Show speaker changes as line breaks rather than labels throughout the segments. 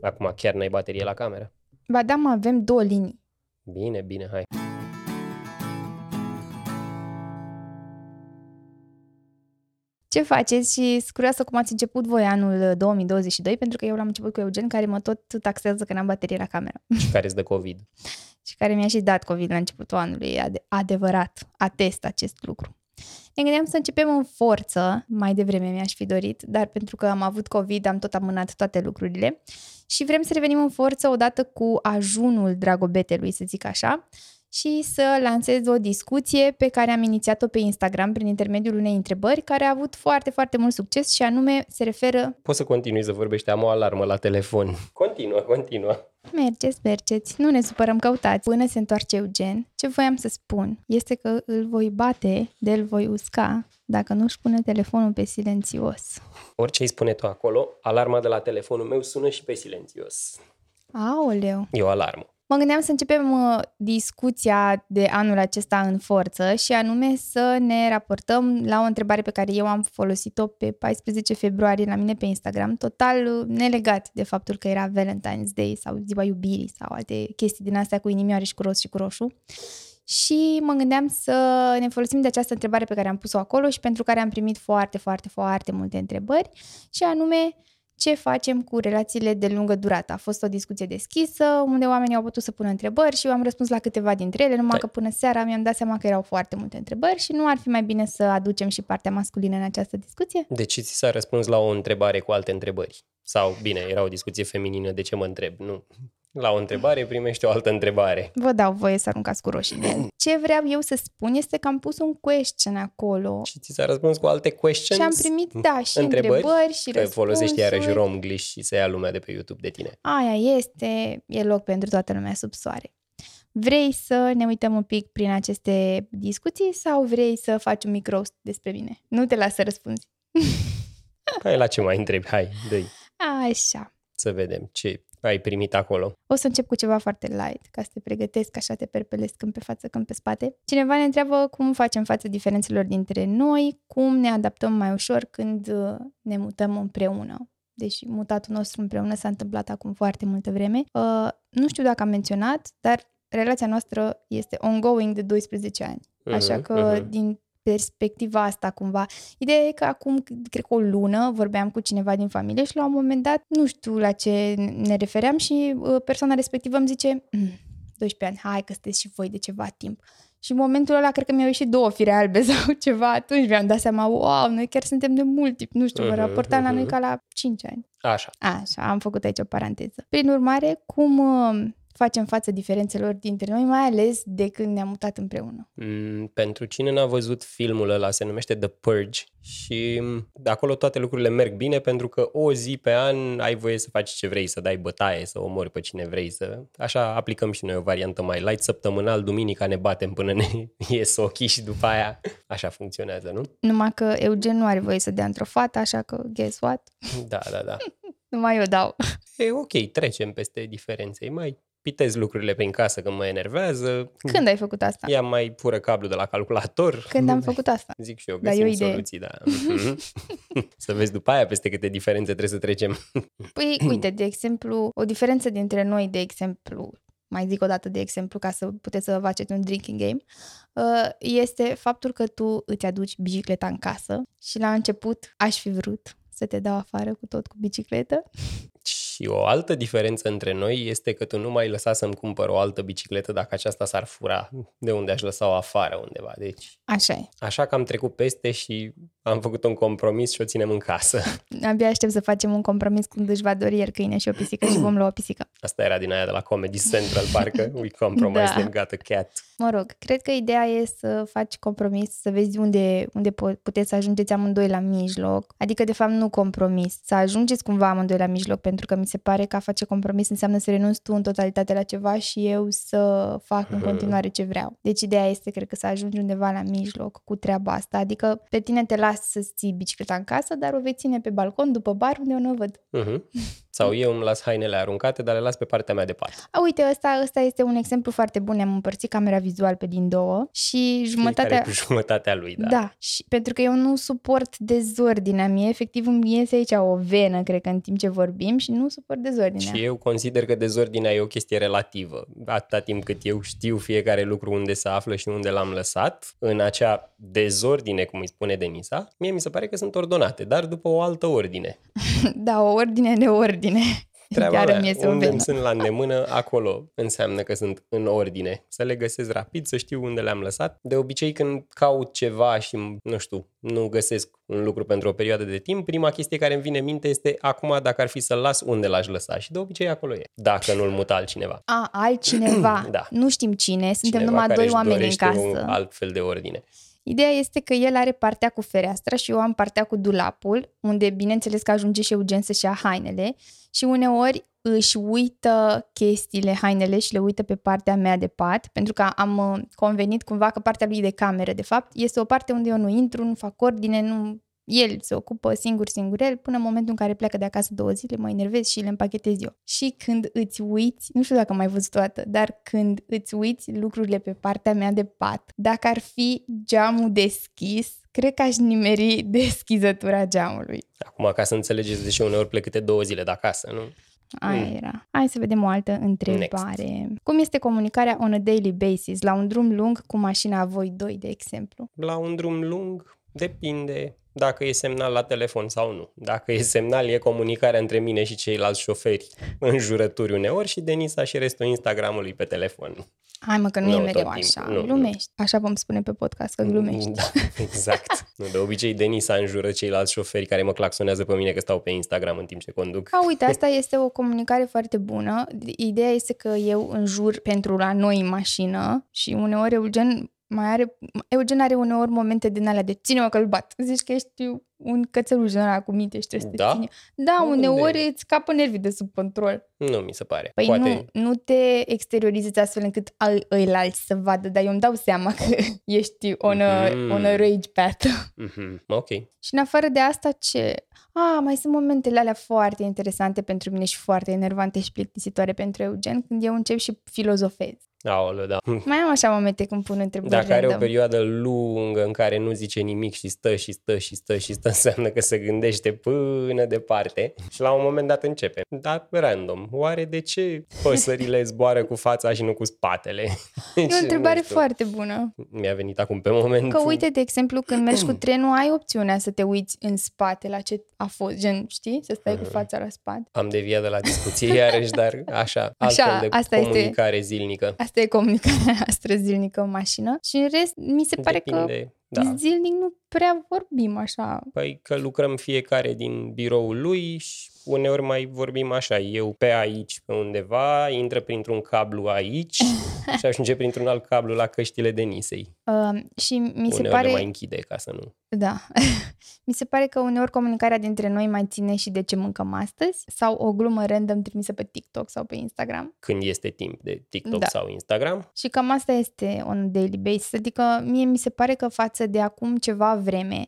Acum chiar n-ai baterie la cameră?
Ba da, mă, avem două linii.
Bine, bine, hai.
Ce faceți? Și sunt curioasă cum ați început voi anul uh, 2022, pentru că eu l-am început cu Eugen, care mă tot taxează că n-am baterie la cameră
Și care îți dă COVID?
și care mi-a și dat COVID la începutul anului. E ade- adevărat, atest acest lucru. Ne gândeam să începem în forță, mai devreme mi-aș fi dorit, dar pentru că am avut COVID am tot amânat toate lucrurile și vrem să revenim în forță odată cu ajunul dragobetelui, să zic așa, și să lansez o discuție pe care am inițiat-o pe Instagram prin intermediul unei întrebări care a avut foarte, foarte mult succes și anume se referă
Poți să continui să vorbești, am o alarmă la telefon. Continuă, continuă.
Mergeți, mergeți, nu ne supărăm, căutați. Până se întoarce Eugen, ce voiam să spun este că îl voi bate, de îl voi usca, dacă nu își pune telefonul pe silențios.
Orice îi spune tu acolo, alarma de la telefonul meu sună și pe silențios.
Aoleu!
E o alarmă.
Mă gândeam să începem uh, discuția de anul acesta în forță și anume să ne raportăm la o întrebare pe care eu am folosit-o pe 14 februarie la mine pe Instagram, total uh, nelegat de faptul că era Valentine's Day sau ziua iubirii sau alte chestii din astea cu inimioare și cu roz și cu roșu. Și mă gândeam să ne folosim de această întrebare pe care am pus-o acolo și pentru care am primit foarte, foarte, foarte multe întrebări și anume ce facem cu relațiile de lungă durată. A fost o discuție deschisă unde oamenii au putut să pună întrebări și eu am răspuns la câteva dintre ele, numai
Da.
că până seara mi-am dat seama că erau foarte multe întrebări și nu ar fi mai bine să aducem și partea masculină în această discuție?
Deci ți s-a răspuns la o întrebare cu alte întrebări. Sau, bine, era o discuție feminină, de ce mă întreb? Nu. La o întrebare primești o altă întrebare.
Vă dau voie să aruncați cu roșii. Ce vreau eu să spun este că am pus un question acolo
Și ți s-a răspuns cu alte questions?
și am primit, da, și
Întrebări?
întrebări, întrebări și
Că
răspunsuri.
folosești iarăși romglish și se ia lumea de pe YouTube de tine.
Aia este, e loc pentru toată lumea sub soare. Vrei să ne uităm un pic prin aceste discuții sau vrei să faci un mic roast despre mine? Nu te las să răspunzi.
Hai la ce mai întrebi, hai, dă
Așa.
să vedem ce ai primit acolo.
O să încep cu ceva foarte light, ca să te pregătesc, așa te perpelesc când pe față, când pe spate. Cineva ne întreabă cum facem față diferențelor dintre noi, cum ne adaptăm mai ușor când uh, ne mutăm împreună. Deși mutatul nostru împreună s-a întâmplat acum foarte multă vreme. Uh, nu știu dacă am menționat, dar relația noastră este ongoing de 12 ani. Așa
Mhm,
că
mhm.
din perspectiva asta cumva. Ideea e că acum, cred că o lună, vorbeam cu cineva din familie și la un moment dat, nu știu la ce ne refeream și uh, persoana respectivă îmi zice "Mm, 12 ani, hai că sunteți și voi de ceva timp. Și în momentul ăla cred că mi-au ieșit două fire albe sau ceva, atunci mi-am dat seama, wow, noi chiar suntem de mult timp, nu știu, mă
Mhm,
raportam la noi
mhm.
ca la 5 ani.
Așa.
Așa, am făcut aici o paranteză. Prin urmare, cum uh, facem față diferențelor dintre noi, mai ales de când ne-am mutat împreună?
Mm, Pentru cine n-a văzut filmul ăla, se numește The Purge și mm, de acolo toate lucrurile merg bine pentru că o zi pe an ai voie să faci ce vrei, să dai bătaie, să omori pe cine vrei. să. Așa aplicăm și noi o variantă mai light, săptămânal, duminica ne batem până ne ies ochii și după aia așa funcționează, nu?
Numai că Eugen nu are voie să dea într-o fată, așa că guess what?
Da, da, da.
Numai eu dau.
E ok, trecem peste diferențe, îi mai pitez lucrurile prin casă când mă enervează,
Când ai făcut asta?
ea mai fură cablu de la calculator.
Când am Da. făcut asta?
Zic și eu,
Dar e o
găsim
idee.
soluții, da. Mhm. să vezi după aia peste câte diferențe trebuie să trecem.
Păi, uite, de exemplu, o diferență dintre noi, de exemplu, mai zic o dată de exemplu ca să puteți să faceți un drinking game, uh, este faptul că tu îți aduci bicicleta în casă și la început aș fi vrut să te dau afară cu tot cu bicicletă.
Și o altă diferență între noi este că tu nu mai lăsa să-mi cumpăr o altă bicicletă dacă aceasta s-ar fura de unde aș lăsa-o afară undeva. Deci
Așa e.
așa că am trecut peste și am făcut un compromis și o ținem în casă.
Abia aștept să facem un compromis când își va dori el câine și o pisică și vom lua o pisică.
Asta era din aia de la Comedy Central, parcă. We compromised
Da.
and got a cat.
Mă rog, cred că ideea e să faci compromis, să vezi unde, unde po- puteți să ajungeți amândoi la mijloc. Adică, de fapt, nu compromis, să ajungeți cumva amândoi la mijloc, pentru că mi se pare că a face compromis înseamnă să renunți tu în totalitate la ceva și eu să fac în
Mhm.
continuare ce vreau. Deci, ideea este, cred că, să ajungi undeva la mijloc cu treaba asta. Adică, pe tine te las să ții bicicleta în casă, dar o vei ține pe balcon, după bar, unde eu nu o văd.
Mhm. Sau eu îmi las hainele aruncate, dar le las pe partea mea de pat.
A, uite, ăsta, ăsta este un exemplu foarte bun. Am împărțit camera vizual pe din două și
Fiecare
jumătatea...
cu jumătatea lui, da.
Da, și pentru că eu nu suport dezordinea mie, efectiv îmi iese aici o venă, cred că, în timp ce vorbim și nu suport dezordinea.
Și eu consider că dezordinea e o chestie relativă. Atâta timp cât eu știu fiecare lucru unde se află și unde l-am lăsat, în acea dezordine, cum îi spune Denisa, mie mi se pare că sunt ordonate, dar după o altă ordine.
Da, o ordine de ordine. Iar îmi iese o
unde
venă.
îmi sunt la îndemână, acolo înseamnă că sunt în ordine. Să le găsesc rapid, să știu unde le-am lăsat. De obicei când caut ceva și, nu știu, nu găsesc un lucru pentru o perioadă de timp, prima chestie care îmi vine în minte este acum dacă ar fi să-l las, unde l-aș lăsa? Și de obicei acolo e, dacă nu-l mută altcineva.
A, altcineva.
Da.
Nu știm cine, suntem
Cineva
numai
care
doi
își
oameni în
dorește
casă.
Un alt fel de ordine.
Ideea este că el are partea cu fereastra și eu am partea cu dulapul, unde bineînțeles că ajunge și Eugen să-și ia hainele și uneori își uită chestiile, hainele și le uită pe partea mea de pat, pentru că am uh, convenit cumva că partea lui de cameră, de fapt, este o parte unde eu nu intru, nu fac ordine, nu... El se ocupă singur, singurel, până în momentul în care pleacă de acasă două zile, mă enervez și le împachetez eu. Și când îți uiți, nu știu dacă am mai văzut toată, dar când îți uiți lucrurile pe partea mea de pat, dacă ar fi geamul deschis, cred că aș nimeri deschizătura geamului.
Acum, ca să înțelegeți de ce uneori plec câte două zile de acasă, nu?
Aia
Mm.
era. Hai să vedem o altă întrebare. Next. Cum este comunicarea on a daily basis, la un drum lung cu mașina a voi doi, de exemplu?
La un drum lung depinde dacă e semnal la telefon sau nu. Dacă e semnal, e comunicarea între mine și ceilalți șoferi în jurături uneori și Denisa și restul Instagramului pe telefon.
Hai mă, că nu,
Nu,
e
tot
mereu
timpul,
așa.
nu, nu.
glumești. Așa vom spune pe podcast, că glumești.
Da, exact. Nu, de obicei, Denisa înjură ceilalți șoferi care mă claxonează pe mine că stau pe Instagram în timp ce conduc.
A, uite, asta este o comunicare foarte bună. Ideea este că eu înjur pentru la noi în mașină și uneori Eugen mai are, Eugen are uneori momente din alea de ține-mă că-l bat. Zici că ești un cățeluș din ăla cu minte și trebuie să
Da?
te ține. Da,
Unde?
uneori îți capă nervii de sub control.
Nu mi se pare.
Păi
Poate
nu, nu te exteriorizezi astfel încât al, îi alți să vadă, dar eu îmi dau seama că ești on a,
Mhm.
on a rage path.
Mhm, Ok.
Și în afară de asta, ce? A, mai sunt momentele alea foarte interesante pentru mine și foarte enervante și plictisitoare pentru Eugen, când eu încep și filozofez.
Aoleu, da.
Mai am așa momente când pun întrebări
Dacă are o
Deci random.
perioadă lungă în care nu zice nimic și stă și stă și stă și stă, înseamnă că se gândește până departe și la un moment dat începe. Dar random, oare de ce păsările zboară cu fața și nu cu spatele?
E o întrebare foarte bună.
Mi-a venit acum pe moment.
Că uite, de exemplu, când mergi cu trenul, ai opțiunea să te uiți în spate la ce a fost, gen, știi? Să stai cu fața la spate.
Am deviat de la discuție iarăși, dar așa,
Așa,
altfel de
asta este-
comunicare zilnică.
Asta e comunicarea noastră zilnică în mașină. Și în rest, mi se pare că
Depinde, da.
zilnic nu prea vorbim așa.
Păi că lucrăm fiecare din biroul lui și uneori mai vorbim așa, eu pe aici, pe undeva, intră printr-un cablu aici și ajunge printr-un alt cablu la căștile Denisei.
Uh, și mi se
uneori
pare...
le mai închide ca să nu.
Da. Mi se pare că uneori comunicarea dintre noi mai ține și de ce mâncăm astăzi sau o glumă random trimisă pe TikTok sau pe Instagram.
Când este timp de TikTok
Da.
da. sau Instagram.
Și cam asta este on a daily basis. Adică mie mi se pare că față de acum ceva vreme,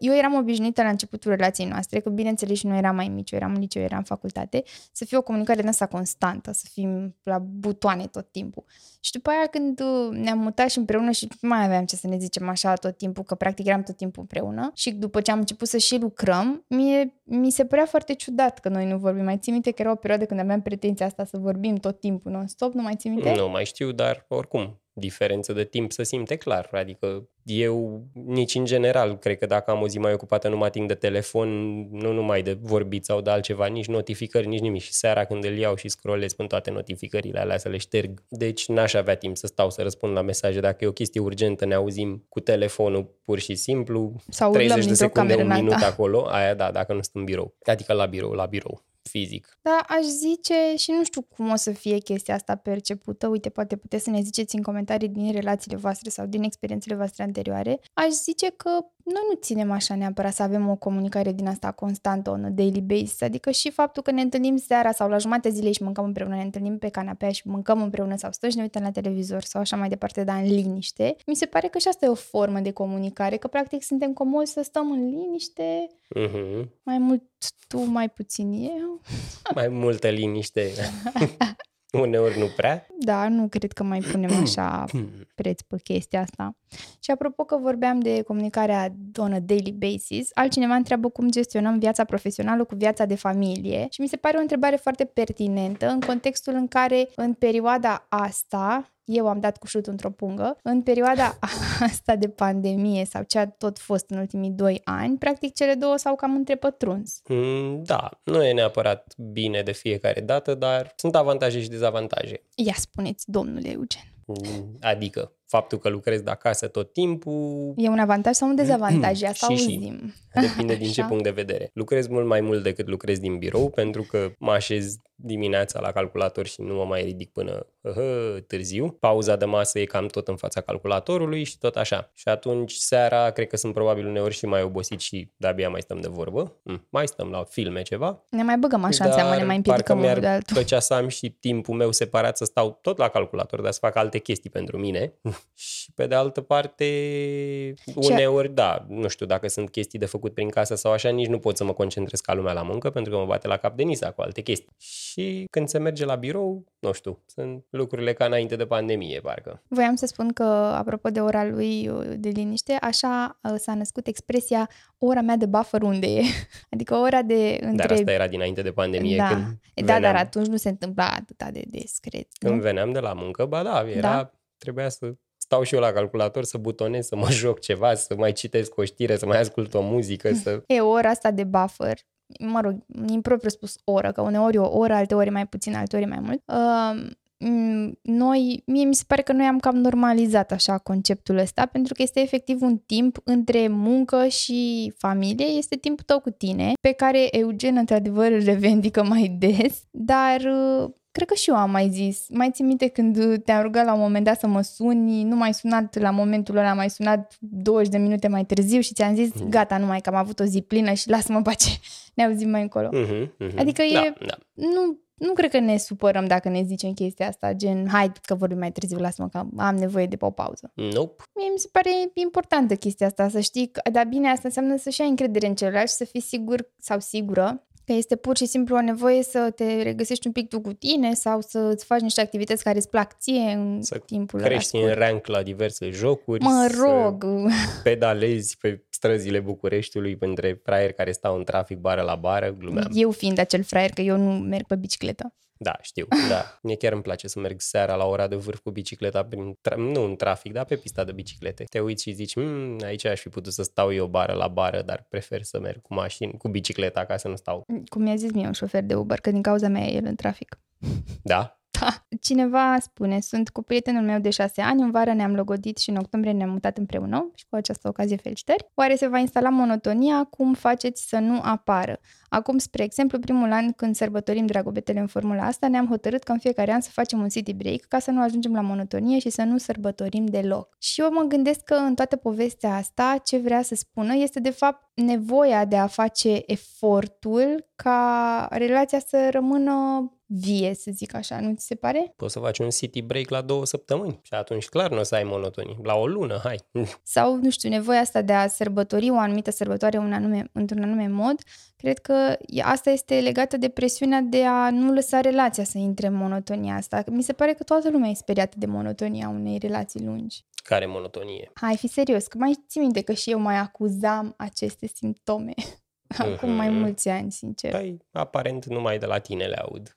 eu eram obișnuită la începutul relației noastre, că bineînțeles și nu eram mai mici, eu eram în liceu, eu eram în facultate, să fie o comunicare din asta constantă, să fim la butoane tot timpul. Și după aia când uh, ne-am mutat și împreună și nu mai aveam ce să ne zicem așa tot timpul, că practic eram tot timpul împreună și după ce am început să și lucrăm, mie, mi se părea foarte ciudat că noi nu vorbim. Mai țin minte că era o perioadă când aveam pretenția asta să vorbim tot timpul non-stop, nu mai țin minte?
Nu mai știu, dar oricum, diferență de timp se simte clar. Adică eu, nici în general, cred că dacă am o zi mai ocupată, nu mă ating de telefon, nu numai de vorbit sau de altceva, nici notificări, nici nimic. Și seara când îl iau și scrollez până toate notificările alea să le șterg. Deci n-aș avea timp să stau să răspund la mesaje. Dacă e o chestie urgentă, ne auzim cu telefonul pur și simplu.
Sau urlăm
30 de
dintr-o
secunde,
cameră
un
în
minut
alta.
acolo. Aia da, dacă nu sunt în birou. Adică la birou, la birou, fizic.
Dar aș zice și nu știu cum o să fie chestia asta percepută. Uite, poate puteți să ne ziceți în comentarii din relațiile voastre sau din experiențele voastre anterioare. Aș zice că Noi nu ținem așa neapărat să avem o comunicare din asta constantă, on a daily basis, adică și faptul că ne întâlnim seara sau la jumătatea zilei și mâncăm împreună, ne întâlnim pe canapea și mâncăm împreună sau stăm și ne uităm la televizor sau așa mai departe, dar în liniște. Mi se pare că și asta e o formă de comunicare, că practic suntem comozi să stăm în liniște,
Mhm.
mai mult tu, mai puțin eu.
Mai multă liniște. Uneori nu prea.
Da, nu cred că mai punem așa preț pe chestia asta. Și apropo că vorbeam de comunicarea on a daily basis, altcineva întreabă cum gestionăm viața profesională cu viața de familie și mi se pare o întrebare foarte pertinentă în contextul în care în perioada asta eu am dat cu șutul într-o pungă, în perioada asta de pandemie sau ce a tot fost în ultimii doi ani, practic cele două s-au cam întrepătruns.
Mm, Da, nu e neapărat bine de fiecare dată, dar sunt avantaje și dezavantaje.
Ia spuneți, domnule Eugen,
Mm, Adică faptul că lucrezi de acasă tot timpul
e un avantaj sau un dezavantaj? Ia să
Mm-hmm. Și, și.
auzim.
depinde din ce
Așa.
punct de vedere. Lucrez mult mai mult decât lucrez din birou pentru că mă așez dimineața la calculator și nu mă mai ridic până hă, târziu. Pauza de masă e cam tot în fața calculatorului și tot așa. Și atunci seara cred că sunt probabil uneori și mai obosit și de-abia mai stăm de vorbă. Mm, Mai stăm la filme ceva,
Ne mai băgăm așa în
Dar
seamă, ne mai împiedicăm
parcă
unul
mi-ar
de altul.
plăcea să am și timpul meu separat să stau tot la calculator, dar să fac alte chestii pentru mine. și pe de altă parte, uneori, da, nu știu, dacă sunt chestii de făcut prin casă sau așa, nici nu pot să mă concentrez ca lumea la muncă, pentru că mă bate la cap de nisa cu alte chestii. Și când se merge la birou, nu știu, sunt lucrurile ca înainte de pandemie, parcă.
Voiam să spun că, apropo de ora lui uh, de liniște, așa uh, s-a născut expresia ora mea de buffer unde e. Adică ora de
Dar
între...
Da, asta era dinainte de pandemie,
da.
când,
da, dar
veneam.
atunci nu se întâmpla atât de discret.
când
nu?
veneam de la muncă, ba da, era, da. trebuia să stau și eu la calculator, să butonez, să mă joc ceva, să mai citesc o știre, să mai ascult o muzică, să...
E ora asta de buffer, mă rog, impropriu spus oră, că uneori e o oră, alteori e mai puțin, alteori e mai mult. Uh, m, noi, mie mi se pare că noi am cam normalizat așa conceptul ăsta, pentru că este efectiv un timp între muncă și familie, este timpul tău cu tine, pe care Eugen într-adevăr îl revendică mai des, dar uh, Cred că și eu am mai zis. Mai ții minte când uh, te-am rugat la un moment dat să mă suni, nu mai sunat la momentul ăla, mai sunat 20 de minute mai târziu și ți-am zis,
Mhm.
gata, numai că am avut o zi plină și lasă-mă în pace. Ne auzim mai încolo.
Mhm, mhm.
Adică
da,
e-
Da.
Nu, nu cred că ne supărăm dacă ne zicem chestia asta, gen, hai că vorbim mai târziu, lasă-mă că am nevoie de o pauză.
Nope.
Mie mi se pare importantă chestia asta, să știi, că, dar bine, asta înseamnă să-și ai încredere în celălalt și să fii sigur sau sigură că este pur și simplu o nevoie să te regăsești un pic tu cu tine sau să îți faci niște activități care îți plac ție în
Să
timpul ăla
Crești în
scurt.
rank la diverse jocuri.
Mă
să
rog,
pedalezi pe străzile Bucureștiului între fraieri care stau în trafic bară la bară, glumeam.
eu fiind acel fraier că eu nu merg pe bicicletă.
Da, știu, da. Mie chiar îmi place să merg seara la ora de vârf cu bicicleta, prin tra- nu în trafic, dar pe pista de biciclete. Te uiți și zici, "Mm, aici aș fi putut să stau eu bară la bară, dar prefer să merg cu mașini, cu bicicleta ca să nu stau.
Cum mi-a zis mie un șofer de Uber, că din cauza mea e el în trafic.
Da?
Cineva spune, sunt cu prietenul meu de șase ani, în vară ne-am logodit și în octombrie ne-am mutat împreună și cu această ocazie felicitări. Oare se va instala monotonia? Cum faceți să nu apară? Acum, spre exemplu, primul an când sărbătorim dragobetele în formula asta, ne-am hotărât că în fiecare an să facem un city break ca să nu ajungem la monotonie și să nu sărbătorim deloc. Și eu mă gândesc că în toată povestea asta, ce vrea să spună este de fapt nevoia de a face efortul ca relația să rămână vie, să zic așa, nu ți se pare?
Poți să faci un city break la două săptămâni și atunci clar nu o să ai monotonie. La o lună, hai.
sau, nu știu, nevoia asta de a sărbători o anumită sărbătoare un anume, într-un anume mod, cred că e- asta este legată de presiunea de a nu lăsa relația să intre în monotonia asta. Mi se pare că toată lumea e speriată de monotonia unei relații lungi.
Care monotonie?
Hai, fi serios, că mai ții minte că și eu mai acuzam aceste simptome. Acum mai
Mhm.
mulți ani, sincer.
Păi, aparent numai de la tine le aud.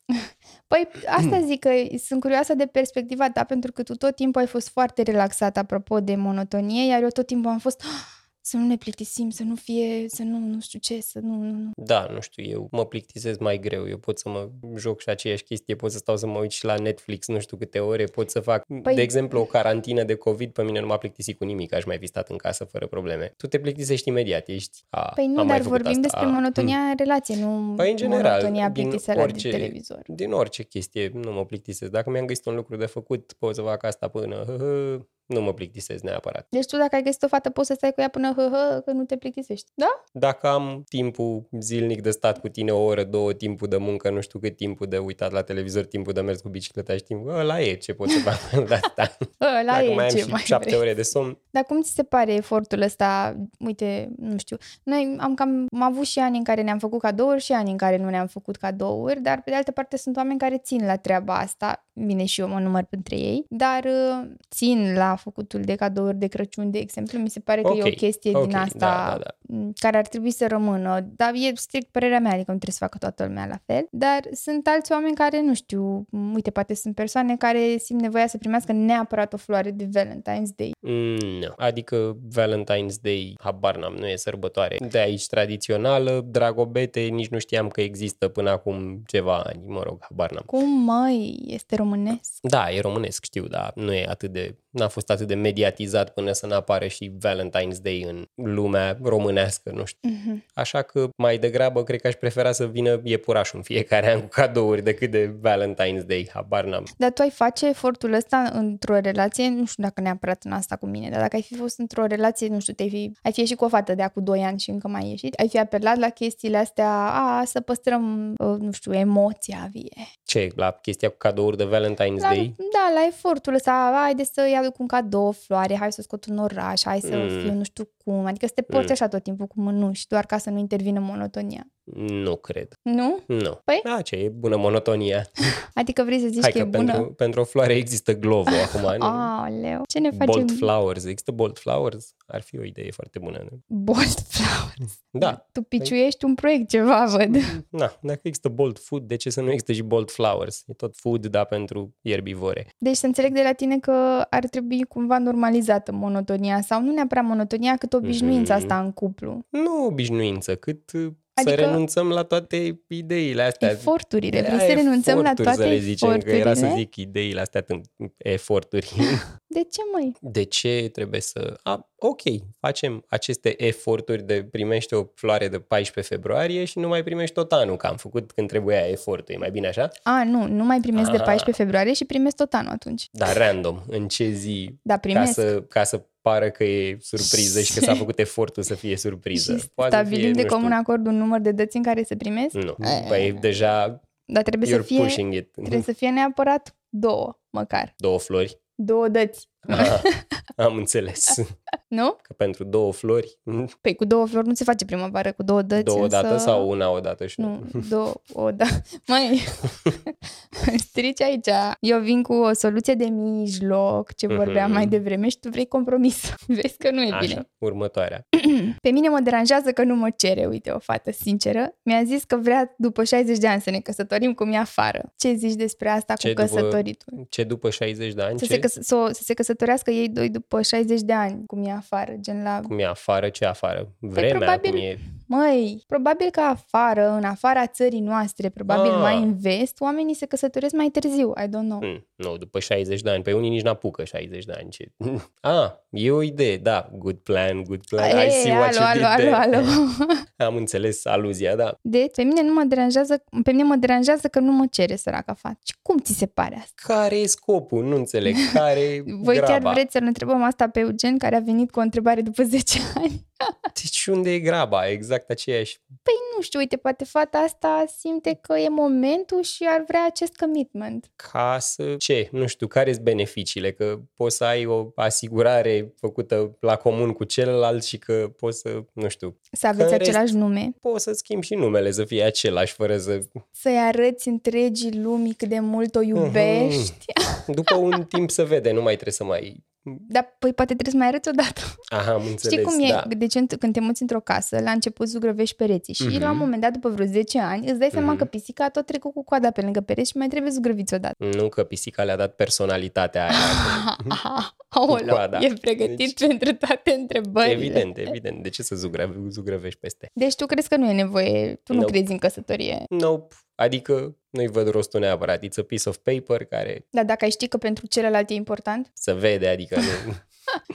Păi asta
Hmm.
zic că sunt curioasă de perspectiva ta pentru că tu tot timpul ai fost foarte relaxat apropo de monotonie, iar eu tot timpul am fost "Ah, să nu ne plictisim, să nu fie, să nu, nu știu ce, să nu, nu, nu.
Da, nu știu, eu mă plictisesc mai greu, eu pot să mă joc și aceeași chestie, pot să stau să mă uit și la Netflix nu știu câte ore, pot să fac,
Păi-
păi... de exemplu, o carantină de COVID, pe mine nu m-a plictisit cu nimic, aș mai fi stat în casă fără probleme. Tu te plictisești imediat, ești... A,
Păi nu,
am mai
dar
făcut
vorbim
asta,
despre
a,
monotonia în relație, nu
Păi, în general,
monotonia
din
plictiseală
orice-
de televizor.
mm, Din orice chestie nu mă plictisesc. Dacă mi-am găsit un lucru de făcut, pot să fac asta până... hă, hă, Nu mă plictisesc neapărat.
Deci tu dacă ai găsit o fată poți să stai cu ea până hă, hă că nu te plictisești. Da?
Dacă am timpul zilnic de stat cu tine o oră, două, timpul de muncă, nu știu cât timpul de uitat la televizor, timpul de mers cu bicicleta și timpul, ăla e ce pot să fac de asta.
Ă, La
Dacă
e
mai am
ce
și
mai
șapte
vrei.
ore de somn,
Dar cum ți se pare efortul ăsta? Uite, nu știu. Noi am cam am avut și ani în care ne-am făcut cadouri și ani în care nu ne-am făcut cadouri, dar pe de altă parte sunt oameni care țin la treaba asta. Bine, și eu mă număr printre ei, dar uh, țin la făcutul de cadouri de Crăciun, de exemplu. Mi se pare că e
Ok,
o chestie
ok,
din
da,
asta
da, da.
m, care ar trebui să rămână, dar e strict părerea mea, adică nu trebuie să facă toată lumea la fel, dar sunt alți oameni care, nu știu, m, uite, poate sunt persoane care simt nevoia să primească neapărat o floare de Valentine's Day.
Mm, Nu. Adică Valentine's Day, habar n-am, nu e sărbătoare. De aici tradițională, dragobete, nici nu știam că există până acum ceva ani, mă rog, habar n-am.
Cum mai este românesc?
Da, e românesc, știu, dar nu e atât de, n-a fost atât de mediatizat până să n-apară și Valentine's Day în lumea românească, nu știu.
Mhm.
Așa că mai degrabă cred că aș prefera să vină iepurașul în fiecare an cu cadouri decât de Valentine's Day, habar n-am.
Dar tu ai face efortul ăsta într-o relație, nu știu dacă neapărat în asta cu mine, dar dacă ai fi fost într-o relație, nu știu, te-ai fi, ai fi ieșit cu o fată de acum 2 ani și încă mai ieșit, ai fi apelat la chestiile astea, a, să păstrăm, uh, nu știu, emoția vie.
Ce, la chestia cu cadouri de Valentine's
La,
Day?
da, la efortul ăsta, haide să-i aduc un cadou, o floare, hai să o scot în oraș, hai să
Mm.
mm. fiu nu știu cum, adică să te porți
Mm.
mm. așa tot timpul cu mânuși, doar ca să nu intervină monotonia.
Nu cred.
Nu?
Nu.
Păi?
Da, ce e bună monotonia.
Adică vrei să zici
Hai
că e
că
bună?
pentru, pentru o floare există glovo acum. nu?
Aoleu, ce ne facem?
Bolt flowers. Există bolt flowers? Ar fi o idee foarte bună. Nu?
Bolt flower.
Da,
Tu piciuiești un proiect ceva, văd.
na, dacă există bolt food, de ce să nu există și bolt flowers? E tot food, da, pentru ierbivore.
Deci să înțeleg de la tine că ar trebui cumva normalizată monotonia sau nu neapărat monotonia, cât obișnuința
Mhm.
asta în cuplu.
Nu obișnuință, cât uh, să
Adică-
renunțăm la toate ideile astea.
Eforturile.
La
Vrei să renunțăm la
Da. eforturi,
toate
să le zicem,
eforturile?
Că era să zic ideile astea, tân- eforturi.
De ce, măi?
de ce trebuie să... A, ok, facem aceste eforturi de primește o floare de 14 februarie și nu mai primești tot anul, că am făcut când trebuia efortul, e mai bine așa?
A, nu, nu mai primesc de
Ah.
14 februarie și primesc tot anul atunci.
Dar random, în ce zi,
Da,
ca
primesc.
să, ca să pară că e surpriză și că s-a făcut efortul să fie surpriză.
și stabilim de comun acord un număr de dăți în care să primesc,
Nu, păi deja
dar trebuie
you're
să fie
pushing it.
trebuie să fie neapărat două, măcar.
Două flori.
Două dăți,
Ah, am înțeles
nu?
că pentru două flori,
Păi cu două flori nu se face primăvară, cu două dăți
două
Deci, însă...
dată sau una odată și
Nu, două, o, da. Mai strici aici. Eu vin cu o soluție de mijloc, ce vorbeam
Mhm.
mai devreme și tu vrei compromis. Vezi că nu e bine.
Așa, următoarea.
Pe mine mă deranjează că nu mă cere, uite, o fată sinceră. Mi-a zis că vrea după 60 de ani să ne căsătorim cu mine afară. Ce zici despre asta
Ce
cu
după-
căsătoritul?
Ce după 60 de ani,
Să
ce,
se, căs- să, o- să se căsătorească ei doi după 60 de ani cu mine afară, gen la
cum e afară, ce afară? Vremea,
Păi probabil-
cum e...
Măi, probabil că afară, în afara țării noastre, probabil
Ah.
ah. mai în vest, oamenii se căsătoresc mai târziu, I don't know.
Mm, nu, după 60 de ani. Pe unii nici n-apucă 60 de ani. Ce... Ah, e o idee, da. Good plan, good plan. I see what you did
alo,
there.
alo, alo.
Am înțeles aluzia, da.
Deci, pe mine nu mă deranjează, pe mine mă deranjează că nu mă cere săraca fată. Și cum ți se pare asta?
Care e scopul? Nu înțeleg. Care e
Voi
graba?
chiar vreți să-l întrebăm asta pe Eugen, care a venit cu o întrebare după 10 ani?
Deci unde e graba? Exact aceeași.
Nu știu, uite, poate fata asta simte că e momentul și ar vrea acest commitment.
Ca să... Ce? Nu știu, care sunt beneficiile? Că poți să ai o asigurare făcută la comun cu celălalt și că poți să, nu știu,
Să aveți
Care
același nume.
poți să schimbi și numele să fie același fără să
Să-i arăți întregii lumii cât de mult
Mhm.
o iubești.
După un timp se vede, nu mai trebuie să mai...
Dar păi poate trebuie să mai arăți odată.
Aha, am
Știi
înțeles,
cum e?
da.
Da. Deci ent- când te muți într-o casă, la început zugrăvești pereții și
Mhm.
la un moment dat, după vreo 10 ani, îți dai seama
Mhm.
că pisica a tot trecut cu coada pe lângă pereți și mai trebuie zugrăviți odată.
Nu că pisica le-a dat personalitatea aia.
Aolo,
coada.
e pregătit deci, pentru toate întrebările.
evident, evident. De ce să zugrăve, zugrăvești peste?
Deci tu crezi că nu e nevoie, tu nu
Nope.
crezi în căsătorie.
Nope. Adică nu-i văd rostul neapărat. It's a piece of paper care
Dar dacă ai ști că pentru celălalt e important,
se vede, adică nu.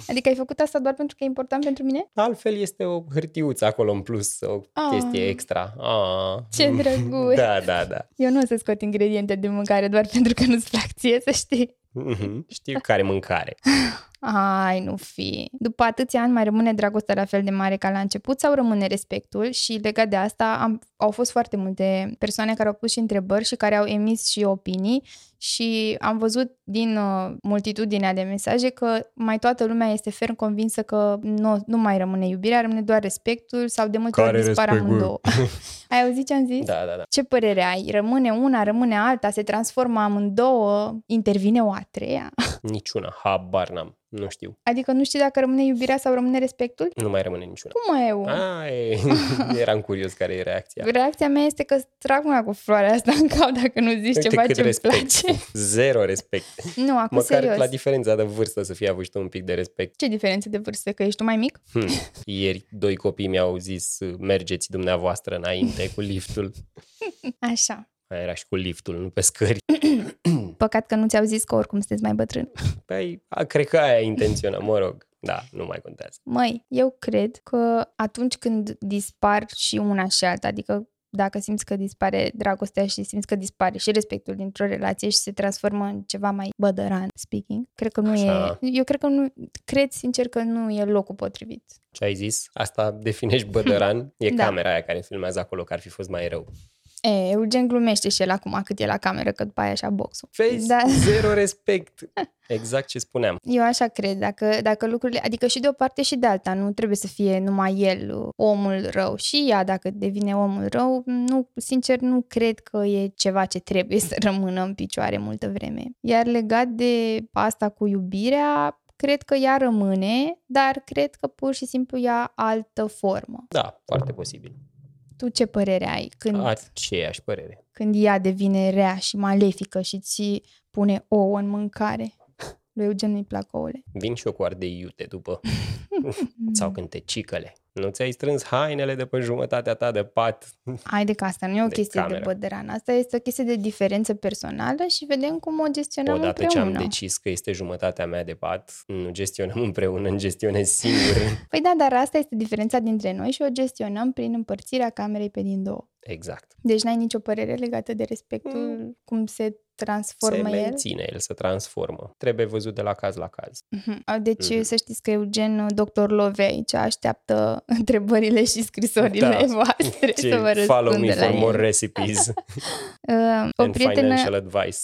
adică ai făcut asta doar pentru că e important pentru mine?
Altfel este o hârtiuță acolo în plus, o
Ah.
chestie extra. Ah.
Ce drăguț!
Da, da, da.
Eu nu o să scot ingrediente de mâncare doar pentru că nu-ți plac ție, să știi.
Mhm. Știu care mâncare.
Ai, nu fi. După atâția ani mai rămâne dragostea la fel de mare ca la început sau rămâne respectul? Și legat de asta am, au fost foarte multe persoane care au pus și întrebări și care au emis și opinii și am văzut din uh, multitudinea de mesaje că mai toată lumea este ferm convinsă că nu, nu mai rămâne iubirea, rămâne doar respectul sau de multe
Care
ori dispar
respect, bă?
amândouă. Ai auzit ce am zis?
Da, da, da.
Ce părere ai? Rămâne una, rămâne alta, se transformă amândouă, intervine o a treia?
Niciuna. Habar n-am. Nu știu.
Adică nu știi dacă rămâne iubirea sau rămâne respectul?
Nu mai rămâne niciuna.
Cum mai e o?
Ah, Ai, eram curios care e reacția.
Reacția mea este că îți trag una cu floarea asta în cap dacă nu zici
Uite
ceva
cât
ce îmi
respect.
place.
Zero respect.
Nu, acum
Măcar
serios.
la diferența de vârstă să fie avut și tu un pic de respect.
Ce diferență de vârstă? Că ești tu mai mic?
Hm. Ieri doi copii mi-au zis mergeți dumneavoastră înainte cu liftul.
Așa.
Mai era și cu liftul, nu pe scări. Hmm.
Păcat că nu ți-au zis că oricum sunteți mai bătrân.
Păi, a, cred că aia intenționa, mă rog. Da, nu mai contează.
Măi, eu cred că atunci când dispar și una și alta, adică dacă simți că dispare dragostea și simți că dispare și respectul dintr-o relație și se transformă în ceva mai bădăran speaking, cred că nu
Așa.
e... Eu cred că nu... Cred sincer că nu e locul potrivit.
Ce ai zis? Asta definești bădăran? E
Da.
camera aia care filmează acolo, că ar fi fost mai rău.
E, Eugen glumește și el acum cât e la cameră, că după aia așa boxul.
Vezi?
Da.
Zero respect. Exact ce spuneam.
Eu așa cred, dacă, dacă lucrurile, adică și de o parte și de alta, nu trebuie să fie numai el uh, omul rău și ea dacă devine omul rău, nu, sincer nu cred că e ceva ce trebuie să rămână în picioare multă vreme. Iar legat de asta cu iubirea, cred că ea rămâne, dar cred că pur și simplu ia altă formă.
Da, foarte posibil.
Tu ce părere ai când,
Aceeași părere.
când ea devine rea și malefică și ți pune ouă în mâncare? Lui Eugen nu-i plac ouăle.
Vin și eu cu ardei iute după. Sau când te cicăle. Nu ți-ai strâns hainele de pe jumătatea ta de pat.
Haide că asta nu e o
de
chestie de
cameră.
bădăran, asta este o chestie de diferență personală și vedem cum o gestionăm
Odată ce am deci.
împreună.
decis că este jumătatea mea de pat, nu gestionăm împreună, îmi gestionez singur.
Păi da, dar asta este diferența dintre noi și o gestionăm prin împărțirea camerei pe din două.
Exact.
Deci n-ai nicio părere legată de respectul, mm. cum se transformă
se
el.
menține, el se transformă. Trebuie văzut de la caz la caz.
Mhm. Deci
Mhm.
să știți că Eugen, doctor Love aici, așteaptă întrebările și scrisorile
Da.
voastre să vă
Ce follow me
răspundă la
for more
ele.
recipes
Uh, O
and
prietenă,
financial advice.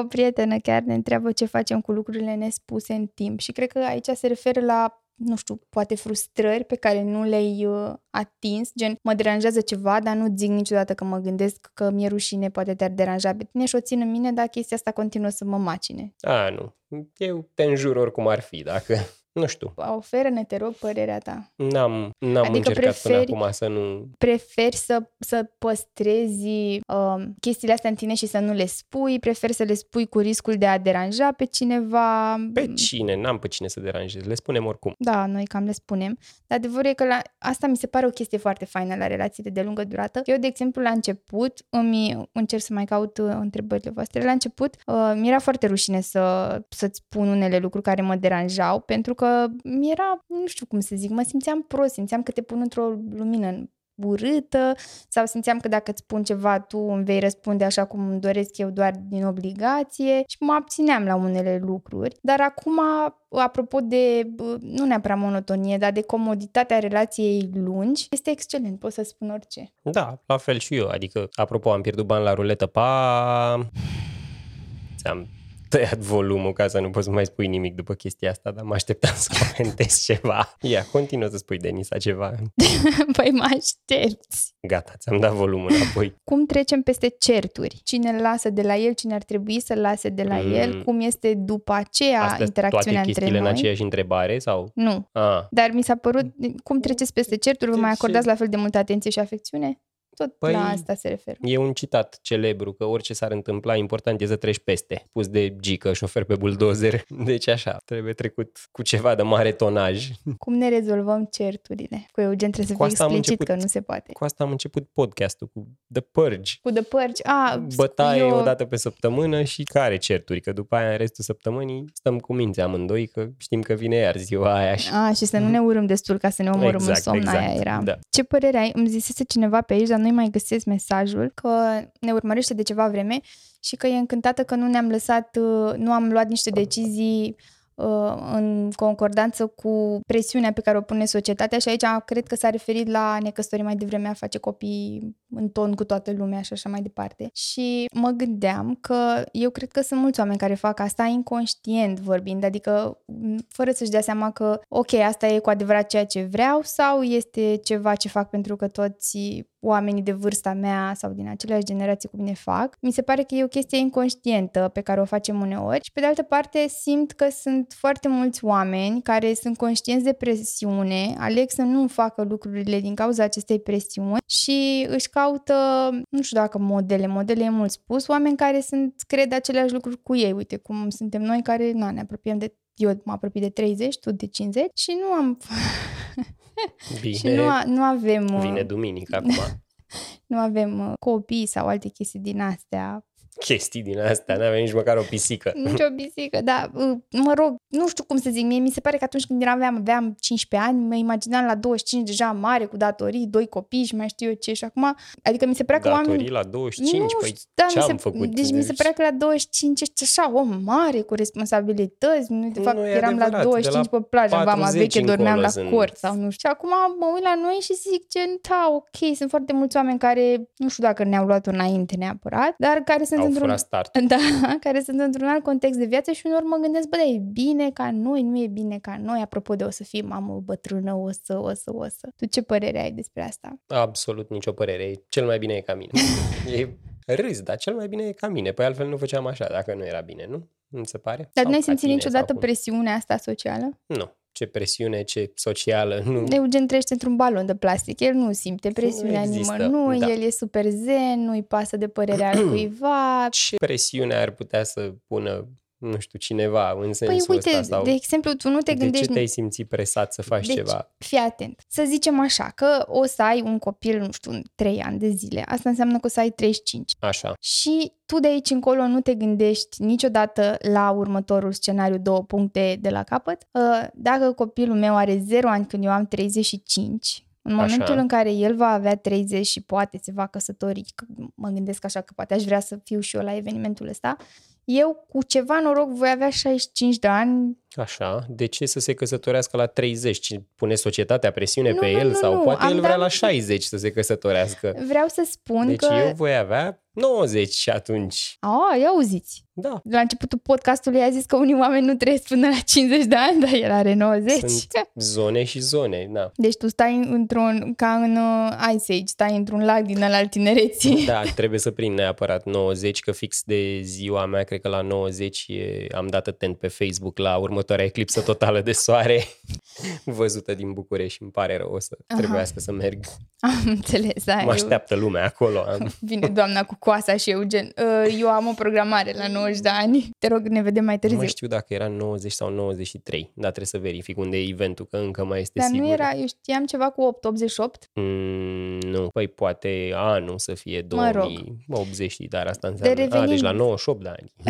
O prietenă chiar ne întreabă ce facem cu lucrurile nespuse în timp și cred că aici se referă la nu știu, poate frustrări pe care nu le-ai uh, atins, gen mă deranjează ceva, dar nu zic niciodată că mă gândesc că mi-e rușine, poate te-ar deranja pe tine și o țin în mine, dar chestia asta continuă să mă macine.
A, nu. Eu te înjur oricum ar fi, dacă... Nu știu.
Oferă-ne, te rog, părerea ta.
N-am, n-am
Adică
încercat
preferi-
până acum să nu...
Preferi să, să păstrezi uh, chestiile astea în tine și să nu le spui, preferi să le spui cu riscul de a deranja pe cineva.
Pe cine? N-am pe cine să deranjez. Le spunem oricum.
Da, noi cam le spunem. Dar adevărul e că la... asta mi se pare o chestie foarte faină la relațiile de lungă durată. Eu, de exemplu, la început, îmi încerc să mai caut uh, întrebările voastre, la început uh, mi era foarte rușine să, să-ți spun unele lucruri care mă deranjau, pentru că mi era, nu știu cum să zic, mă simțeam prost, simțeam că te pun într-o lumină urâtă sau simțeam că dacă îți spun ceva tu îmi vei răspunde așa cum îmi doresc eu doar din obligație și mă abțineam la unele lucruri. Dar acum, apropo de, bă, nu neapărat monotonie, dar de comoditatea relației lungi, este excelent, pot să spun orice.
Da, la fel și eu. Adică, apropo, am pierdut bani la ruletă. Pa! Ți-am tăiat volumul ca să nu poți să mai spui nimic după chestia asta, dar mă așteptam să comentez ceva. Ia, continuă să spui, Denisa, ceva.
Păi mă aștepți!
Gata, ți-am dat volumul înapoi.
Cum trecem peste certuri? Cine îl lasă de la el, cine ar trebui să lase de la
Mm.
el, cum este după aceea
Astea sunt toate
interacțiunea între
chestiile
noi?
în aceeași întrebare sau...
Nu,
A,
Dar mi s-a părut, cum treceți peste certuri, vă mai
Mm. Deci-
acordați la fel de multă atenție și afecțiune? Tot
Păi-
păi... la asta se referă.
E un citat celebru că orice s-ar întâmpla, important e să treci peste. Pus de gică, șofer pe buldozer. Deci așa, trebuie trecut cu ceva de mare tonaj.
Cum ne rezolvăm certurile? Cu Eugen trebuie
Mm. Cu
să
asta
fie
am
explicit că
început.
nu se poate.
Cu asta am început podcastul, cu The Purge.
Cu de părci, a,
Bătaie
eu...
o dată pe săptămână și care certuri, că după aia în restul săptămânii stăm cu minți amândoi, că știm că vine iar ziua aia și...
A, și să nu ne urâm destul ca să ne omorâm
Mm-hmm. Exact,
în somn, aia
exact,
era.
da.
Ce părere ai? Îmi zisese cineva pe aici, dar nu-i mai găsesc mesajul, că ne urmărește de ceva vreme și că e încântată că nu ne-am lăsat, uh, nu am luat niște decizii uh, în concordanță cu presiunea pe care o pune societatea și aici cred că s-a referit la a ne căsători mai devreme, a face copii în ton cu toată lumea și așa mai departe. Și mă gândeam că eu cred că sunt mulți oameni care fac asta inconștient vorbind, adică m, fără să-și dea seama că, ok, asta e cu adevărat ceea ce vreau sau este ceva ce fac pentru că toți oamenii de vârsta mea sau din aceleași generații cu mine fac. Mi se pare că e o chestie inconștientă pe care o facem uneori și pe de altă parte simt că sunt foarte mulți oameni care sunt conștienți de presiune, aleg să nu facă lucrurile din cauza acestei presiuni și își caută, nu știu dacă modele, modele e mult spus, oameni care sunt, cred, aceleași lucruri cu ei. Uite cum suntem noi care, na, ne apropiem de eu mă apropii de 30, tu de 50 și nu am
Bine,
și nu, a, nu avem uh,
vine duminică acum.
nu avem uh, copii sau alte chestii din astea.
Chestii din astea, n-avem nici măcar o pisică.
Nici o pisică, dar uh, mă rog, nu știu cum să zic, mie mi se pare că atunci când eram, aveam, aveam 15 ani, mă imaginam la 25 deja mare, cu datorii, doi copii și mai știu eu ce și acum, adică mi se părea că oamenii...
Datorii la 25,
Nu
păi
știu, da, mi
ce
se-
am făcut?
Deci mi se părea că la 25 ești așa om mare cu responsabilități. Nu, de
Nu,
fapt,
nu e
eram la
adevărat,
25
de la
pe plajă, în vama
40
veche, dormeam la
încolo sunt.
cort sau nu știu. Și acum mă uit la noi și zic gen, da, ok, sunt foarte mulți oameni care, nu știu dacă ne-au luat înainte neapărat, dar care sunt
Au
într-un
furat start.
da, care sunt într-un alt context de viață și unor mă gândesc, bă, dar e bine ca noi, nu e bine ca noi, apropo de o să fii mamă bătrână, o să, o să, o să. Tu ce părere ai despre asta?
Absolut nicio părere. E- Cel mai bine e ca mine. e râs, dar cel mai bine e ca mine. Păi altfel nu făceam așa, dacă nu era bine, nu? Nu ți se pare?
Dar
Sau
nu ai
ca
simțit
tine,
niciodată
sau cum?
presiunea asta socială?
Nu. Ce presiune, ce socială, nu.
Eugen trăiește într-un balon de plastic, el nu simte presiunea
există,
nimănui,
da.
el e super zen, nu-i pasă de părerea cuiva.
Ce presiune ar putea să pună, nu știu, cineva în
Păi
sensul
uite,
ăsta? Sau
de exemplu, tu nu te
de ce
gândești...
te-ai simți presat să faci
Deci,
ceva?
Fii atent. Să zicem așa, că o să ai un copil, nu știu, în 3 ani de zile. Asta înseamnă că o să ai 35.
Așa.
Și tu de aici încolo nu te gândești niciodată la următorul scenariu, două puncte de la capăt. Uh, Dacă copilul meu are 0 ani când eu am 35, în
Așa.
momentul în care el va avea 30 și poate se va căsători, că mă gândesc așa că poate aș vrea să fiu și eu la evenimentul ăsta, eu cu ceva noroc voi avea 65 de ani
Așa, de ce să se căsătorească la 30? Ci Pune societatea presiune
Nu,
pe
nu,
el
nu,
sau
nu,
poate
am
el vrea
dat-
la 60 să se căsătorească.
Vreau să spun
Deci
că...
eu voi avea 90 și atunci.
A, ia auziți.
Da,
La începutul podcastului a zis că unii oameni nu trăiesc până la 50 de ani, dar el are 90.
Sunt- zone și zone, da.
Deci tu stai într-un, ca în uh, Ice Age, stai într-un lac din ăla al tinereții.
Da, trebuie să prind neapărat 90, că fix de ziua mea, cred că la 90 e, am dat atent pe Facebook la următoarea eclipsă totală de soare văzută din București și îmi pare rău, o să
Aha.
trebuiască să merg.
Am înțeles, da.
Mă
eu-
așteaptă lumea acolo. Am,
Vine doamna cu coasa și eu gen, "Uh, eu am o programare la 90 de ani, te rog ne vedem mai
nu
târziu.
mai știu dacă era 90 sau 93, dar trebuie să verific unde e eventul, că încă mai este
Dar
sigur.
nu era, eu știam ceva cu 888.
Mm, nu, păi poate anul să fie
Mă rog.
2080, dar asta înseamnă... a, deci
revenind-
la 98 de ani.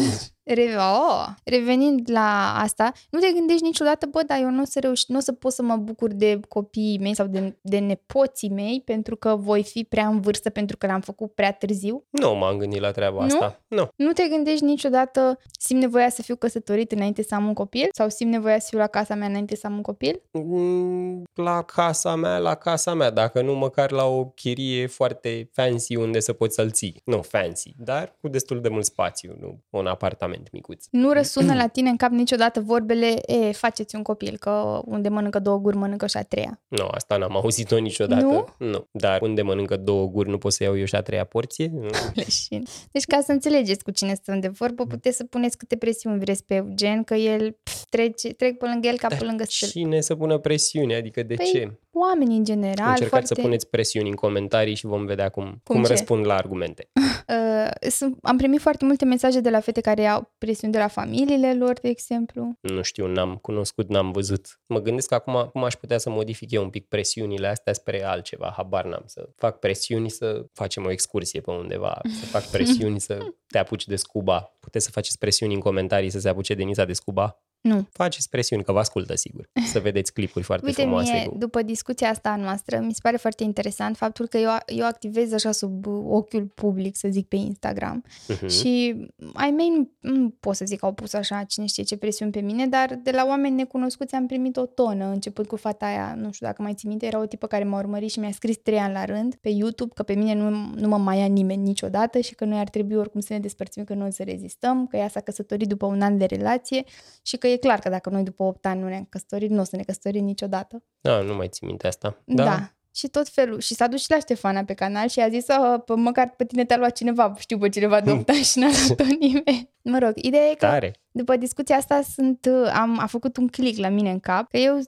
Re- oh, revenind la asta, nu te gândești niciodată, bă, dar eu nu o să reuși, nu o să pot să mă bucur de copiii mei sau de, de nepoții mei pentru că voi fi prea în vârstă pentru că l-am făcut prea târziu.
nu m-am gândit la treaba
Nu?
asta. Nu.
Nu te gândești niciodată, simt nevoia să fiu căsătorit înainte să am un copil sau simt nevoia să fiu la casa mea înainte să am un copil?
Mm, La casa mea, la casa mea, dacă nu măcar la o chirie foarte fancy unde să poți să-l ții. Nu fancy, dar cu destul de mult spațiu, nu un apartament micuț.
Nu răsună la tine în cap niciodată vorbele, e, faceți un copil, că unde mănâncă două guri, mănâncă și a treia.
Nu, asta n-am auzit-o niciodată.
Nu?
nu. Dar unde mănâncă două guri, nu pot să iau eu și a treia porție? Nu.
Leșin. Deci ca să înțelegeți cu cine stăm de vorbă, puteți să puneți câte presiuni vreți pe Eugen, că el pf, trece, trec pe lângă el ca pe lângă stel.
Cine să pună presiune? Adică de
Păi,
ce?
Oamenii în general,
Încercați
foarte...
să puneți presiuni în comentarii și vom vedea cum, cum,
ce?
răspund la argumente.
Uh, sunt, am primit foarte multe mesaje de la fete care au presiuni de la familiile lor, de exemplu.
Nu știu, n-am cunoscut, n-am văzut. Mă gândesc acum cum aș putea să modific eu un pic presiunile astea spre altceva. Habar n-am să fac presiuni, să facem o excursie pe undeva, să fac presiuni, să te apuci de scuba. Puteți să faceți presiuni în comentarii să se apuce Denisa de scuba?
Nu.
Faceți presiuni, că vă ascultă, sigur. Să vedeți clipuri foarte
Uite,
frumoase.
mie,
cu...
după discuția asta a noastră, mi se pare foarte interesant faptul că eu, eu activez așa sub uh, ochiul public, să zic, pe Instagram.
Mhm.
da, Și ai mei nu, nu pot să zic că au pus așa cine știe ce presiuni pe mine, dar de la oameni necunoscuți am primit o tonă, începând cu fata aia, nu știu dacă mai ții minte, era o tipă care m-a urmărit și mi-a scris trei ani la rând pe YouTube că pe mine nu, nu mă mai ia nimeni niciodată și că noi ar trebui oricum să ne despărțim, că nu o să rezistăm, că ea s-a căsătorit după un an de relație și că e clar că dacă noi după 8 ani nu ne-am căsătorit, nu o să ne căsătorim niciodată.
Da, nu mai țin minte asta. Da.
Și tot felul. Și s-a dus și la Ștefana pe canal și a zis, oh, pă, măcar pe tine te-a luat cineva, știu pe cineva de 8 ani și n-a luat nimeni. Hm. Da. Mă rog, ideea e că
Tare.
după discuția asta sunt, uh, am, a făcut un click la mine în cap, că eu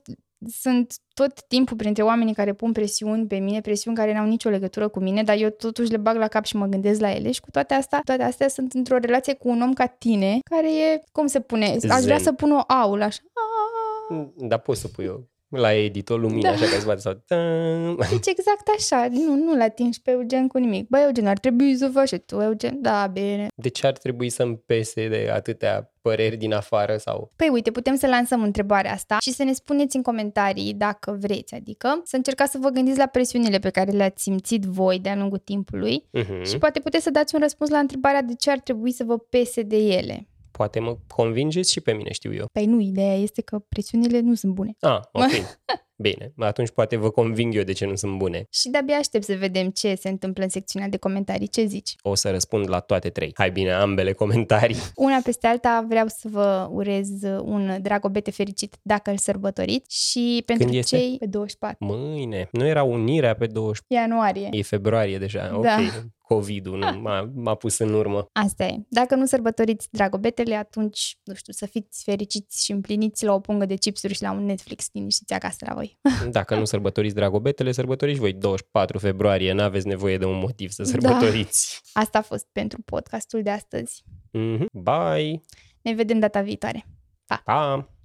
sunt tot timpul printre oamenii care pun presiuni pe mine, presiuni care n-au nicio legătură cu mine, dar eu totuși le bag la cap și mă gândesc la ele și cu toate astea, toate astea sunt într-o relație cu un om ca tine, care e, cum se pune, aș vrea Hm.
Zen.
să pun o aulă așa.
Da, poți să pui eu la editor lumină,
Da.
da. așa că îți bate sau... Tan.
Deci exact așa, nu, nu-l atingi pe Eugen cu nimic. Bă, Eugen, ar trebui să faci și tu, Eugen. Da, bine.
De ce ar trebui să-mi pese de atâtea păreri din afară sau...
Păi uite, putem să lansăm întrebarea asta și să ne spuneți în comentarii dacă vreți, adică să încercați să vă gândiți la presiunile pe care le-ați simțit voi de-a lungul timpului
Mhm.
și poate puteți să dați un răspuns la întrebarea de ce ar trebui să vă pese de ele.
Poate mă convingeți și pe mine, știu eu.
Păi nu, ideea este că presiunile nu sunt bune.
Ah, ok. Bine, atunci poate vă conving eu de ce nu sunt bune.
Și de-abia aștept să vedem ce se întâmplă în secțiunea de comentarii, ce zici.
O să răspund la toate trei. Hai bine, ambele comentarii.
Una peste alta vreau să vă urez uh, un dragobete fericit dacă îl sărbătoriți și pentru
Când este?
cei pe 24
Mâine. Nu era unirea pe 20...
ianuarie.
E februarie deja, ok.
Da.
Covid-ul nu, m-a, m-a pus în urmă.
Asta e. Dacă nu sărbătoriți dragobetele, atunci, nu știu, să fiți fericiți și împliniți la o pungă de chipsuri și la un Netflix liniștiți acasă la voi.
Dacă nu sărbătoriți dragobetele, sărbătoriți voi 24 februarie. N-aveți nevoie de un motiv să sărbătoriți.
Asta a fost pentru podcastul de astăzi.
Mhm. Bye!
Ne vedem data viitoare.
Pa!